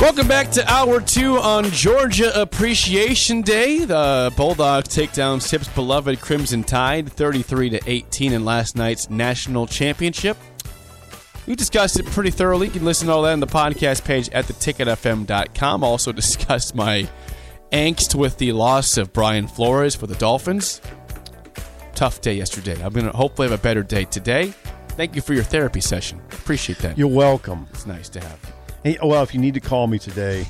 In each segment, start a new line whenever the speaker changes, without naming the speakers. Welcome back to hour two on Georgia Appreciation Day. The Bulldogs take down Sip's beloved Crimson Tide, 33 to 18, in last night's national championship. We discussed it pretty thoroughly. You can listen to all that on the podcast page at theticketfm.com. Also discussed my angst with the loss of Brian Flores for the Dolphins. Tough day yesterday. I'm gonna hopefully have a better day today. Thank you for your therapy session. Appreciate that.
You're welcome.
it's nice to have. you.
Hey, oh, well, if you need to call me today,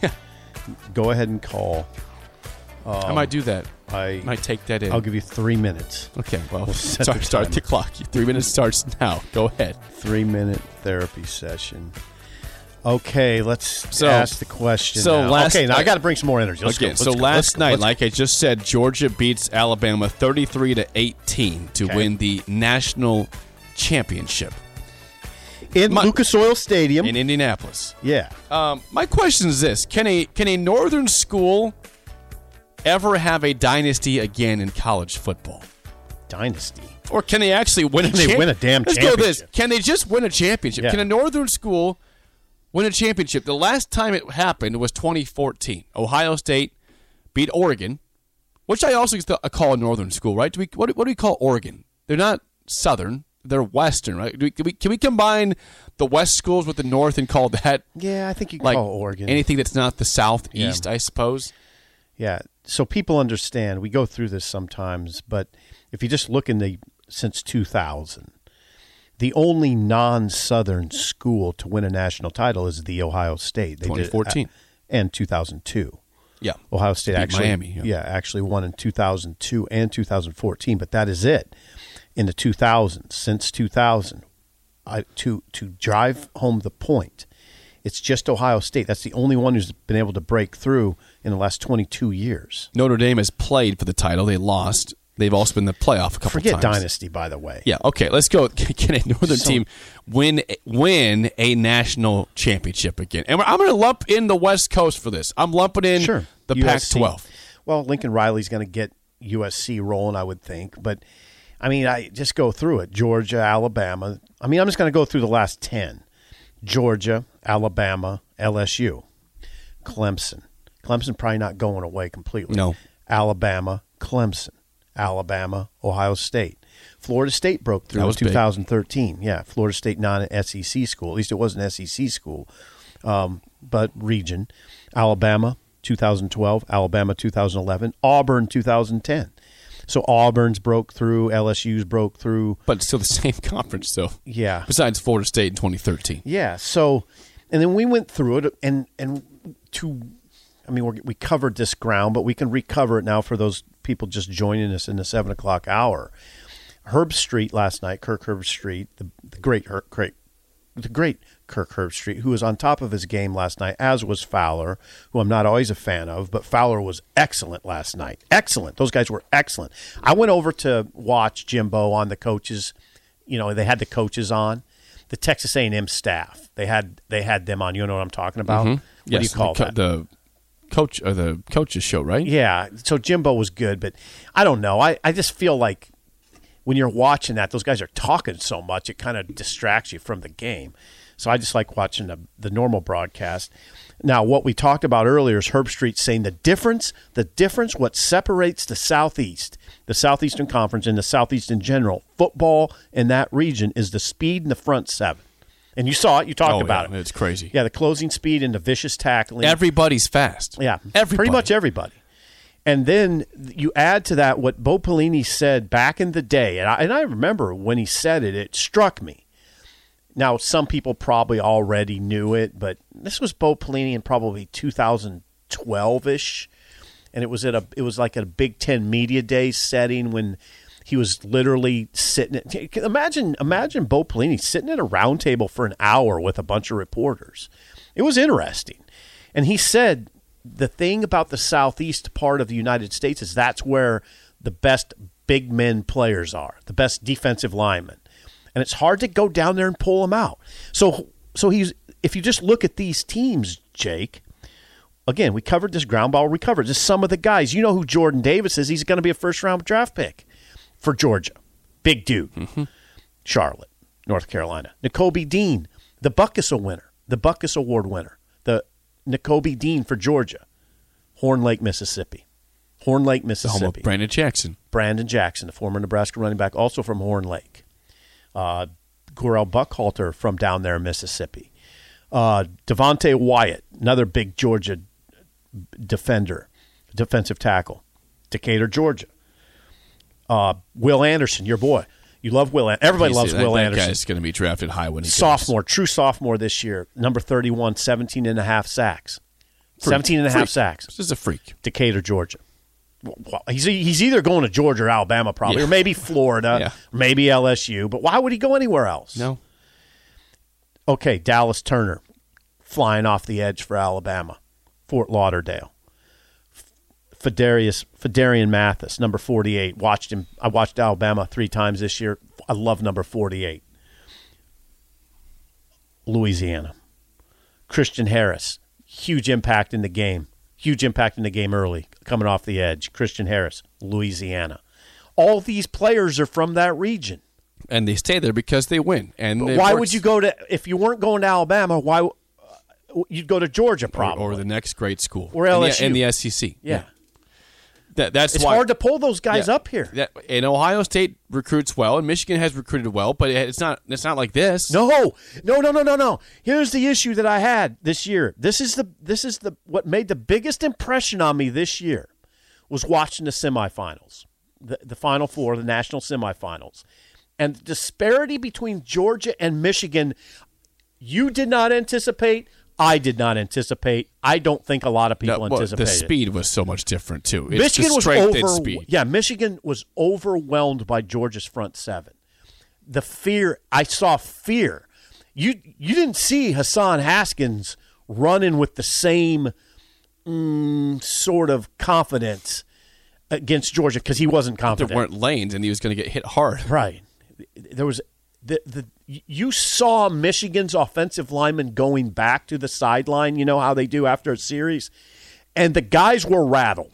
go ahead and call.
I might do that.
I
might take that in.
I'll give you three minutes.
Okay, well,
set
start,
the
start the
timer.
clock. Three minutes starts now. Go ahead.
Three minute therapy session. Okay, let's
So-
ask the question.
so
now.
last
okay, now I
night-
got to bring some more energy. Let's
Again,
go.
so
Let's go. Let's
last
go.
night,
Let's go.
like I just said, Georgia beats Alabama 33 to 18 to
Okay.
win the national championship
in
my-
Lucas Oil Stadium.
in Indianapolis.
yeah,
Um, my question is this: Can a can a northern school ever have a dynasty again in college football?
dynasty.
Or can they actually win a
Can they
champ-
win a damn
Let's go this.
championship?
Can they just win a championship?
Yeah.
Can a northern school win a championship? The last time it happened was 2014. Ohio State beat Oregon, which I also used to uh, call a northern school, right? Do we what, do- what do we call Oregon? They're not southern, they're western, right? Do we, can, we, can we combine the west schools with the north and call that
Yeah, I think you can
like
call Oregon.
anything that's not the southeast, I suppose?
Yeah. So people understand. We go through this sometimes, but if you just look in the since 2000, the only non-Southern school to win a national title is the Ohio State. They did- uh,
2014.
and 2002.
Yeah.
Ohio State
Beat
actually
Miami, yeah.
actually won in 2002 and 2014, but that is it. In the 2000s, since 2000, I, to to drive home the point, it's just Ohio State. That's the only one who's been able to break through in the last 22 years.
Notre Dame has played for the title. They lost. They've also been in the playoff a couple
Forget
times.
dynasty, by the way.
Yeah. Okay. Let's go. Can a northern team win win a national championship again? And I'm going to lump in the West Coast for this. I'm lumping in
sure.
the
USC.
Pac-12.
Well, Lincoln Riley's going to get USC rolling, I would think. But I mean, I just go through it: Georgia, Alabama. I mean, I'm just going to go through the last ten: Georgia, Alabama, LSU, Clemson. Clemson probably not going away completely.
No.
Alabama, Clemson, Alabama, Ohio State. Florida State broke through
That
in
was big.
2013. Yeah, Florida State non-SEC school. At least it was an SEC school Um, but region. Alabama 2012, Alabama 2011, Auburn 2010. So Auburn's broke through, LSU's broke through.
But still the same conference, though.
Yeah.
Besides Florida State in 2013.
Yeah. So, and then we went through it, and and to, I mean, we're, we covered this ground, but we can recover it now for those people just joining us in the seven o'clock hour. Herb Street last night, Kirk Herb Street, the, the great Her, great, the great Kirk Herb Street, who was on top of his game last night, as was Fowler, who I'm not always a fan of, but Fowler was excellent last night. Excellent. Those guys were excellent. I went over to watch Jimbo on the coaches. You know, they had the coaches on the Texas A&M staff. They had they had them on. You know what I'm talking about? What do you
Mm-hmm. Yes,
call
the, co-
that?
The coach or the coaches show, right?
Yeah. So Jimbo was good, but I don't know. I, I just feel like when you're watching that, those guys are talking so much, it kind of distracts you from the game. So I just like watching the, the normal broadcast. Now, what we talked about earlier is Herb Street saying the difference, the difference, what separates the Southeast, the Southeastern Conference, and the Southeast in general, football in that region is the speed in the front seven. And you saw it, you talked
Oh,
about
yeah,
it.
it's crazy.
Yeah, the closing speed and the vicious tackling.
Everybody's fast.
Yeah,
Everybody.
pretty much everybody. And then you add to that what Bo Pelini said back in the day, and I, and I remember when he said it, it struck me. Now, some people probably already knew it, but this was Bo Pelini in probably 2012 ish, and it was at a it was like at a Big Ten media day setting when He was literally sitting. At, imagine, imagine Bo Pelini sitting at a round table for an hour with a bunch of reporters. It was interesting, and he said the thing about the southeast part of the United States is that's where the best big men players are, the best defensive linemen, and it's hard to go down there and pull them out. So, so he's if you just look at these teams, Jake again, we covered this ground ball We covered Just some of the guys. You know who Jordan Davis is. He's going to be a first round draft pick for Georgia. Big dude. Mm-hmm. Charlotte, North Carolina. Nicobe Dean, the Buckus winner, the Buckus Award winner. The Nicobe Dean for Georgia. Horn Lake, Mississippi. Horn Lake, Mississippi.
home of Brandon Jackson.
Brandon Jackson, the former Nebraska running back, also from Horn Lake. Uh, Gorell Buckhalter from down there in Mississippi. Uh, Devontae Wyatt, another big Georgia defender, defensive tackle, Decatur, Georgia. Uh, Will Anderson, your boy. You love Will. An- Everybody loves
that,
Will
that
Anderson.
guy's going to be drafted high when he
Sophomore, true sophomore this year, number 31, 17 and a half sacks. 17 and a half
Freak.
sacks.
Goes. This is a freak.
Decatur, Georgia. Well, he's, e, he's either going to Georgia or Alabama, probably,
Yeah.
or maybe Florida,
Yeah.
maybe LSU, but why would he go anywhere else?
No,
Okay, Dallas Turner flying off the edge for Alabama, Fort Lauderdale. F- Fidarius Fidarian Mathis, number 48. Watched him I watched Alabama 3 times this year. I love number 48. Louisiana. Christian Harris, huge impact in the game. Huge impact in the game early, coming off the edge. Christian Harris, Louisiana. All these players are from that region.
and they stay there because they win. And it
Why
works.
would you go to if you weren't going to Alabama? Why uh, you'd go to Georgia?
Or,
Probably.
or the next great school
Or
And the-
LSU.
and the, SEC?
yeah.
That, that's
it's
why,
hard to pull those guys
Yeah.
up here.
That, and Ohio State recruits well, and Michigan has recruited well, but it- it's not. It's not like this.
No, no, no, no, no, no. Here's the issue that I had this year. This is the this is the what made the biggest impression on me this year was watching the semifinals, the the final four, the national semifinals, and the disparity between Georgia and Michigan. You did not anticipate. I did not anticipate. I don't think a lot of
No,
people
Uh, well, the
anticipated.
speed was so much different too. It's
Michigan
the
was
strength
over.
and speed.
Yeah, Michigan was overwhelmed by Georgia's front seven. The fear I saw fear. You you didn't see Hassan Haskins running with the same mm, sort of confidence against Georgia because he wasn't
There
confident.
weren't lanes, and he was going to get hit hard.
Right. There was the the you saw Michigan's offensive linemen going back to the sideline, you know how they do after a series, and the guys were rattled.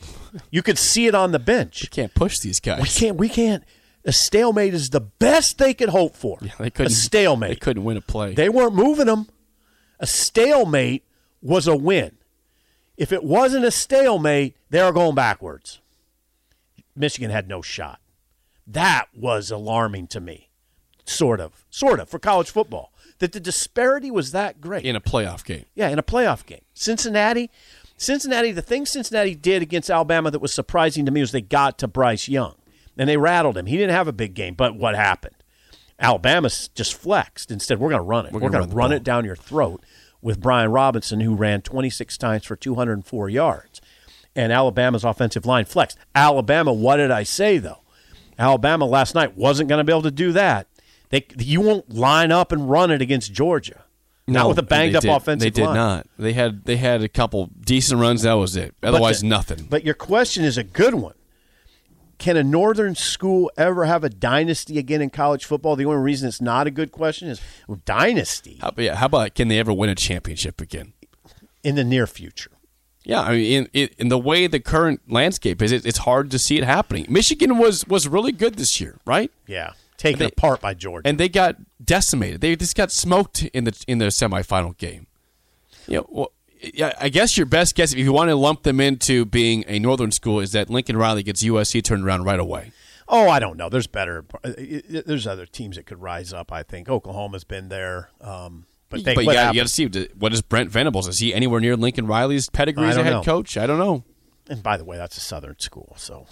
You could see it on the bench.
Can't push these guys.
We can't we can't a stalemate is the best they could hope for.
They couldn't
a stalemate.
They couldn't win a play.
They weren't moving them. A stalemate was a win. If it wasn't a stalemate, they were going backwards. Michigan had no shot. That was alarming to me, sort of, sort of, for college football, that the disparity was that great.
in a playoff game.
Yeah, in a playoff game. Cincinnati, Cincinnati, the thing Cincinnati did against Alabama that was surprising to me was they got to Bryce Young and they rattled him. He didn't have a big game, but what happened? Alabama s- just flexed and said, We're going to run it. We're,
gonna
going
run
to
the
run
ball."
it down your throat with Brian Robinson, who ran 26 times for 204 yards. And Alabama's offensive line flexed. Alabama, what did I say, though? Alabama last night wasn't going to be able to do that. They, you won't line up and run it against Georgia. not with a
and
banged
they
up
did-
offensive
They did
line.
not. They had they had a couple decent runs. That was it. Otherwise,
the-
nothing.
But your question is a good one. Can a northern school ever have a dynasty again in college football? The only reason it's not a good question is well, dynasty
How, yeah, how about can they ever win a championship again?
in the near future.
Yeah, I mean, in, in, in the way the current landscape is, it, it's hard to see it happening. Michigan was was really good this year, right?
Yeah, taken
They-
apart by Georgia.
And they got decimated. They just got smoked in the in the semifinal game. Yeah, well, yeah. I guess your best guess, if you want to lump them into being a northern school, is that Lincoln Riley gets USC turned around right away.
oh, I don't know. There's better. uh, There's other teams that could rise up. I think Oklahoma's been there, um, but they.
but you
what
got to
happened-
see what is Brent Venables? Is he anywhere near Lincoln Riley's pedigree
I
as a
don't
head
know.
coach? I don't know.
and by the way, that's a southern school, so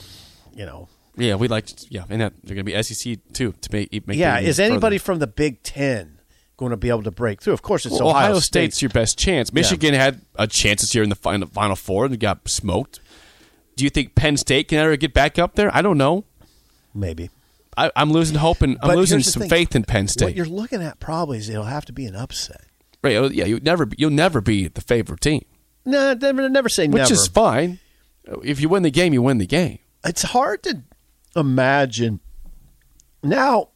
you know
Yeah, we like yeah, and that, they're going to be SEC too to make, make
Yeah,
it
is
even
anybody
further.
from the Big Ten going to be able to break through? Of course, it's
Well, Ohio,
Ohio,
State's your best chance. Michigan had a chance this year in the final, final four and got smoked. Do you think Penn State can ever get back up there? I don't know.
maybe.
I, I'm losing hope and I'm
But
losing
here's the
some
thing.
faith in Penn
What
State.
you're looking at probably is it'll have to be an upset.
Right? oh, Yeah, you never be- you'll never be the favorite team,
No, never, never say
which
never.
is fine. If you win the game, you win the game.
it's hard to imagine now.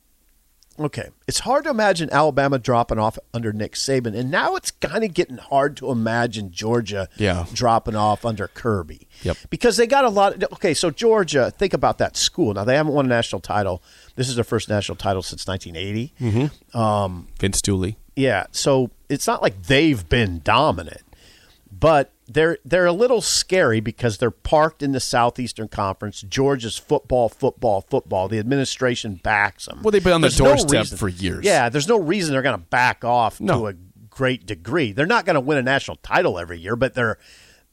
Okay, it's hard to imagine Alabama dropping off under Nick Saban, and now it's kind of getting hard to imagine Georgia
Yeah.
dropping off under Kirby.
Yep.
because they got a lot. Of, okay, so Georgia, think about that school. Now they haven't won a national title. This is their first national title since 1980.
Vince Dooley.
Yeah, so it's not like they've been dominant, but they're they're a little scary because they're parked in the Southeastern Conference. Georgia's football, football, football. The administration backs them.
Well, they've been on the
There's no
doorstep
reason-
for years.
Yeah, there's no reason they're going to back off
No.
to a great degree. They're not going to win a national title every year, but they're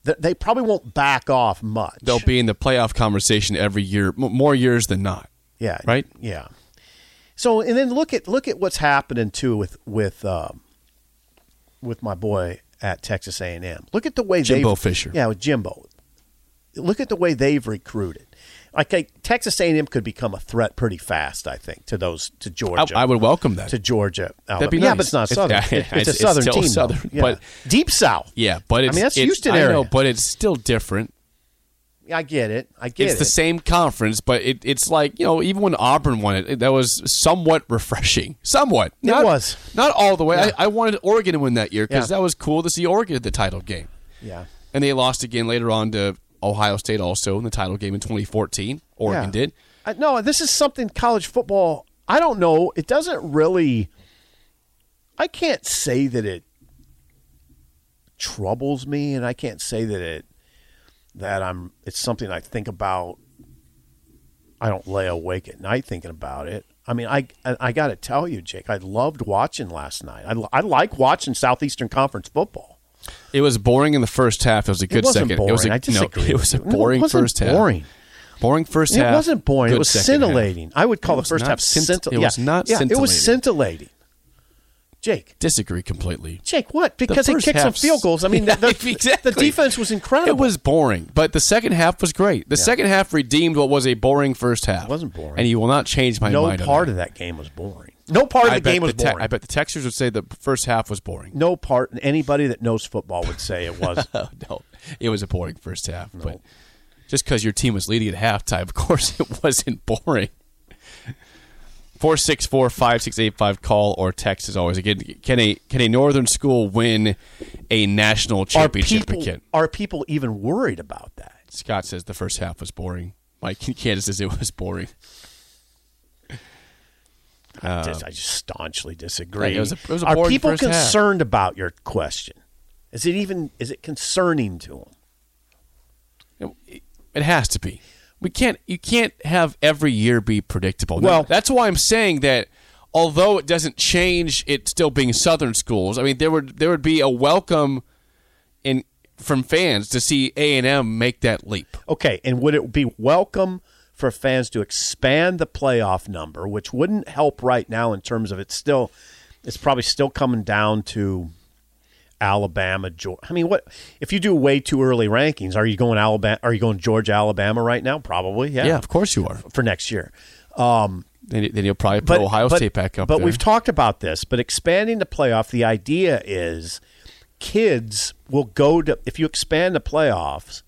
they- they probably won't back off much.
They'll be in the playoff conversation every year, m- more years than not.
Yeah.
Right?
Yeah. So and then look at look at what's happening too with with um, with my boy at Texas A and M. Look at the way
Jimbo
they've-
Fisher.
Yeah, with Jimbo. Look at the way they've recruited. Like I- Texas A and M could become a threat pretty fast. I think to those to
I,
Georgia.
I would welcome that.
to Georgia.
That'd be
Alabama. Yeah,
nice.
but it's not
It's-
southern.
yeah,
It- it's,
it's
a southern
still
team. though.
southern,
Yeah.
but-
deep south.
yeah, but
I
it's
mean, that's
it's-
Houston
I
area.
know, but it's still different.
I get it. I get
it's
it.
the same conference, but it, it's like you know, even when Auburn won it, it- that was somewhat refreshing. Somewhat,
It was.
not all the way. I, I wanted Oregon to win that year because
Yeah.
that was cool to see Oregon at the title game,
Yeah.
and they lost again later on to Ohio State also in the title game in 2014. Oregon
Yeah.
did.
I, no, this is something college football. I don't know. It doesn't really. I can't say that it troubles me, and I can't say that it that I'm. It's something I think about. I don't lay awake at night thinking about it. I mean, I I, I got to tell you, Jake, I loved watching last night. I, I like watching Southeastern Conference football.
It was boring in the first half. It was a good
it wasn't
second.
boring.
It was a,
I
no,
disagree.
it was a
with you.
boring
no, it wasn't
first half.
boring.
Boring first half.
It wasn't boring.
good
It was
second half.
scintillating. I would
It
call the
was
first
not
half
scint-
scintillating.
it was not
yeah, It was
scintillating.
scintillating. Jake,
Disagree completely.
Jake, what? Because
The
it
first
kicked some
half-
field goals. I mean, the, the,
Exactly.
the defense was incredible.
It was boring, but the second half was great. The second half redeemed what was a boring first half. It
wasn't boring.
and you will not change my
no
mind. on
part
that.
of that game was boring. No part of
I
the
bet
game was
Te-
boring.
I bet the Texans would say the first half was boring.
No part. and Anybody that knows football would say it was.
No, no, it was a boring first half. But just because your team was leading at halftime, of course, it wasn't boring. Four six four five six eight five. Call or text as always. Again, can a can a northern school win a national
are
championship
people
again?
are people even worried about that?
Scott says the first half was boring. Mike in Kansas says it was boring.
I, just, I just staunchly disagree.
Uh, It was a- it was a
are
boring
people
first half.
concerned about your question? Is it even? Is it concerning to them?
It, it has to be. We can't. You can't have every year be predictable.
Well-
that's why I'm saying that. Although it doesn't change it still being Southern schools, I mean there would there would be a welcome in from fans to see A and M make that leap.
Okay, and would it be welcome for fans to expand the playoff number, which wouldn't help right now in terms of it's still, it's probably still coming down to Alabama, Georgia. I mean, what if you do way too early rankings? Are you going Alabama? Are you going Georgia, Alabama right now? Probably, yeah,
of course you are.
for next year.
Then, then you'll probably put Ohio State back up.
But
there.
we've talked about this. But expanding the playoff, the idea is kids will go to if you expand the playoffs,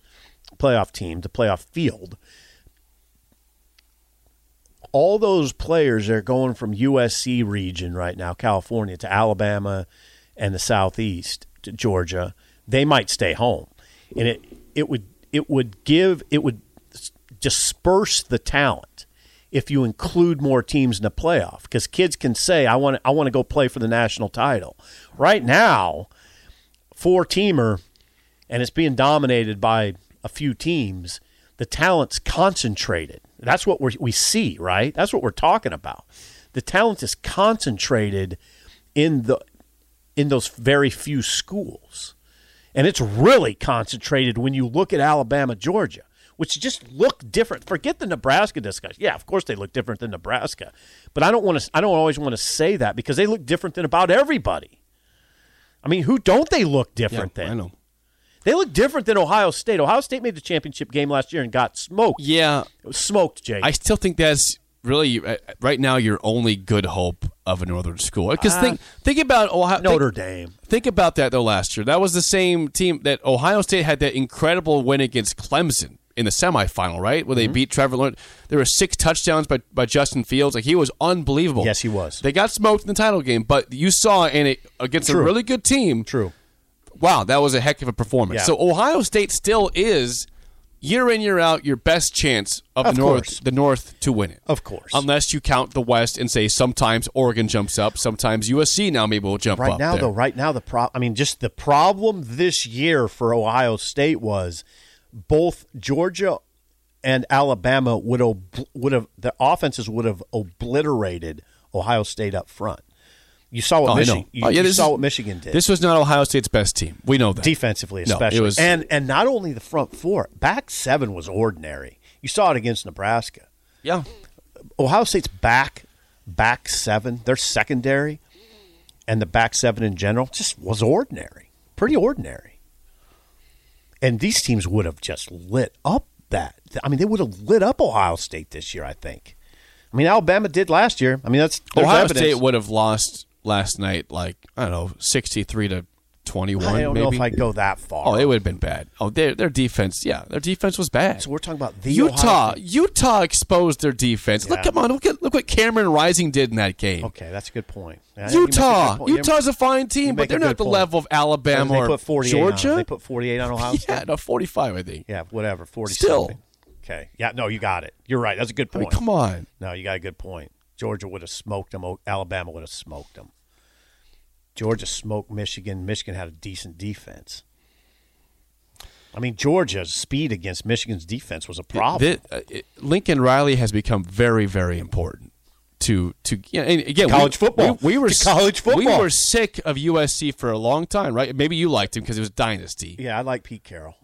playoff team, the playoff field. All those players are going from USC region right now, California to Alabama and the Southeast to Georgia. They might stay home, and it it would it would give it would s- disperse the talent if you include more teams in the playoff because kids can say I want I want to go play for the national title. Right now, four teamer, and it's being dominated by a few teams. The talent's concentrated. That's what we we see, right? That's what we're talking about. The talent is concentrated in the in those very few schools. And it's really concentrated when you look at Alabama, Georgia, which just look different. Forget the Nebraska discussion. Yeah, of course they look different than Nebraska, but I don't want to. I don't always want to say that because they look different than about everybody. I mean, who don't they look
yeah,
different than?
I know.
They look different than Ohio State. Ohio State made the championship game last year and got smoked.
Yeah,
It was smoked, Jake.
I still think that's really uh, right now your only good hope of a northern school. Because think think about Ohio
Uh, Notre
think,
Dame.
Think about that though. Last year, that was the same team that Ohio State had that incredible win against Clemson in the semifinal, right?
Mm-hmm.
Where they beat Trevor Lawrence. There were six touchdowns by, by Justin Fields. Like he was unbelievable.
Yes, he was.
They got smoked in the title game, but you saw in it against a
True.
really good team.
True.
Wow, that was a heck of a performance.
Yeah.
So Ohio State still is year in year out your best chance of,
Of
the north
course.
the north to win it.
Of course.
Unless you count the west and say sometimes Oregon jumps up, sometimes USC now maybe will jump
Right
up.
now,
there.
though, right now the pro I mean, just the problem this year for Ohio State was both Georgia and Alabama would ob- would have the offenses would have obliterated Ohio State up front. You saw what
Oh, I know.
Michigan. You,
Oh, yeah,
you
this
saw
is-
what Michigan did
This was not Ohio State's best team. We know that. No,
defensively,
it
especially.
was-
and and not only the front four, back seven was ordinary. You saw it against Nebraska.
yeah.
Ohio State's back back seven, their secondary, and the back seven in general just was ordinary, pretty ordinary. And these teams would have just lit up that. I mean, they would have lit up Ohio State this year. I think. I mean, Alabama did last year. I mean, that's there's
Ohio
evidence.
State would have lost last night like, I don't know, 63 to 21
I don't
maybe.
know if I go that far.
Oh, it would have been bad. Oh, their their defense, yeah, their defense was bad.
so we're talking about the Ohio
Utah,
State-
Utah exposed their defense. Look,
Yeah.
come on, look at look what Cameron Rising did in that game.
Okay, that's a good point. Yeah, you make a good
Utah,
point. You-
Utah's a fine
you
team,
make
but they're
a
not
good
at the
point.
level of Alabama
they
or
put 48
Georgia.
On, they put 48 on Ohio
yeah,
State.
no, forty-five, I think.
Yeah, whatever, 40
Still.
something. Okay. Yeah, no, you got it. You're right. That's a good
I
point.
mean, come on.
No, you got a good point. Georgia would have smoked them. O- Alabama would have smoked them. Georgia smoked Michigan. Michigan had a decent defense. I mean, Georgia's speed against Michigan's defense was a problem.
Thi- uh, it- Lincoln Riley has become very, very important to to yeah, and again we-
College football.
We, we were
To college
We
football.
were sick of USC for a long time, right? Maybe you liked him because it was dynasty,
yeah, I like Pete Carroll.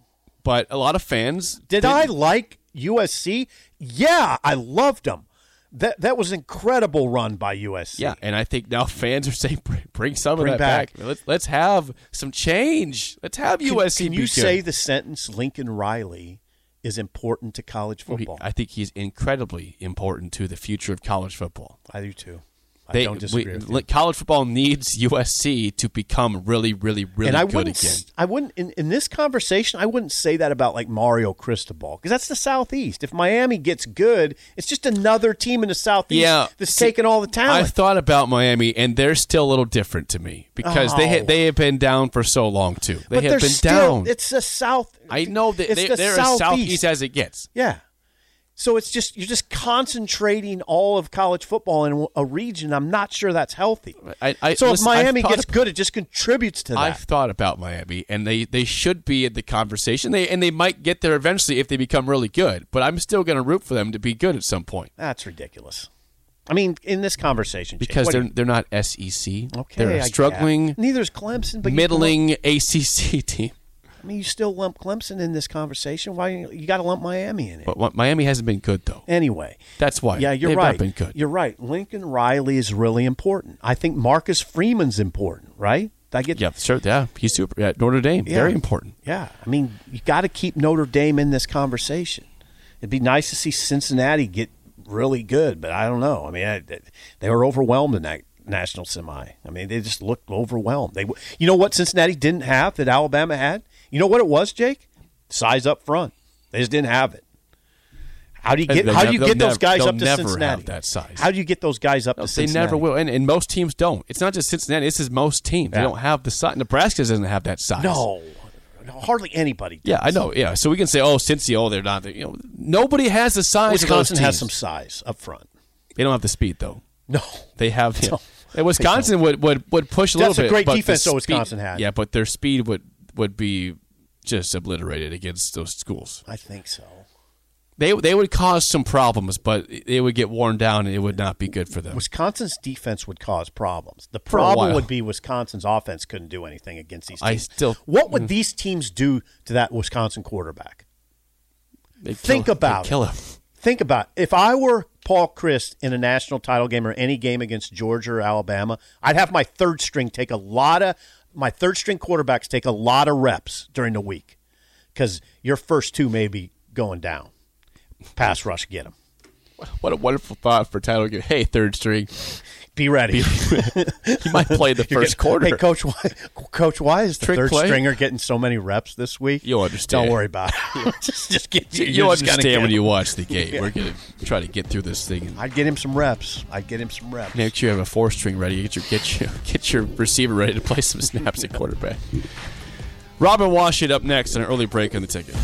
but a lot of fans
Did
didn't.
I like USC? Yeah, I loved them. That that was an incredible run by USC.
Yeah, and I think now fans are saying, "Bring, bring some
Bring
of that back.
back.
Let's let's have some change. Let's have
Can-
USC."
Can
be
you
good."
say the sentence Lincoln Riley is important to college football?
I think he's incredibly important to the future of college football.
I, do too. I
They-
don't disagree.
we-
with you.
li- College football needs USC to become really, really, really
and I
good
wouldn't.
again.
s- I wouldn't. In, in this conversation, I wouldn't say that about like Mario Cristobal because that's the Southeast. If Miami gets good, it's just another team in the Southeast
Yeah.
that's
See,
taking all the
I
talent.
thought about Miami, and they're still a little different to me because they ha-
Oh.
they have been down for so long too. They
but
have
they're
been
still,
down.
It's the South.
I know that
it's
they,
the
they're as southeast as it gets.
Yeah. So it's just you're just concentrating all of college football in a region. I'm not sure that's healthy.
I- I-
so
listen,
if
I've
Miami
thought
gets
ab-
good, it just contributes to that.
I've thought about Miami, and they, they should be in the conversation. They and they might get there eventually if they become really good. But I'm still going to root for them to be good at some point
that's ridiculous. I mean, in this conversation, Jake,
because
what do
they're
you-
they're not SEC.
okay,
they're a
I
struggling,
get- Neither's Clemson, but you lump-
middling ACC team.
I mean, you still lump Clemson in this conversation. Why you, you got to lump Miami in it?
But what, Miami hasn't been good though.
anyway,
That's why.
Yeah, you're
Oh. They've
right.
Not been good.
You're right. Lincoln Riley is really important. I think Marcus Freeman's important, right? Did I get
yeah, sure. Yeah, he's super. Yeah, Notre Dame,
Yeah.
very important.
Yeah, I mean, you got to keep Notre Dame in this conversation. It'd be nice to see Cincinnati get really good, but I don't know. I mean, I, they were overwhelmed in that national semi. I mean, they just looked overwhelmed. They, you know, what Cincinnati didn't have that Alabama had. You know what it was, Jake? Size up front. They just didn't have it. How do you get?
They'll
How do you
nev-
get
they'll
those
nev-
guys
they'll
up to
never
Cincinnati?
have that size.
How do you get those guys up to
They
Cincinnati?
never will, and, and most teams don't. It's not just Cincinnati. This is most teams. They
Yeah.
don't have the size. Nebraska doesn't have that size.
No, no, hardly anybody. Does.
Yeah, I know. Yeah, so we can say, oh, Cincy, oh, they're not. You know, nobody has the size.
Wisconsin
of those
has
teams.
some size up front.
They don't have the speed though.
No,
They have. Yeah.
No,
And Wisconsin would, would would push a little
That's a
bit.
great
but the
defense, though,
speed-
Wisconsin had.
Yeah, but their speed would would be just obliterated against those schools.
I think so.
They they would cause some problems, but they would get worn down, and it would not be good for them.
Wisconsin's defense would cause problems. The
a
problem
while.
would be Wisconsin's offense couldn't do anything against these teams.
I still- Mm.
what would these teams do to that Wisconsin quarterback?
They'd
Think
kill,
about
they'd kill him.
Think about it. if I were Paul Christ in a national title game or any game against Georgia or Alabama, I'd have my third string take a lot of my third string quarterbacks take a lot of reps during the week because your first two may be going down. Pass rush, get them.
What a wonderful thought for Tyler. Gill. Hey, third string,
Be ready.
he might play the
You're
first
getting-
quarter.
Hey, coach, why, coach, why is the
Trick
third
play?
stringer getting so many reps this week?
You'll understand.
Don't worry about it. just, just get
You-
you.
You'll
just gotta
understand
get
when
him.
you watch the game. We're gonna try to get through this thing. And
I'd get him some reps. I'd get him some reps.
make sure you have a four string ready. Get your get your get your receiver ready to play some snaps at quarterback. Robin Wash it up next, an early break on the ticket.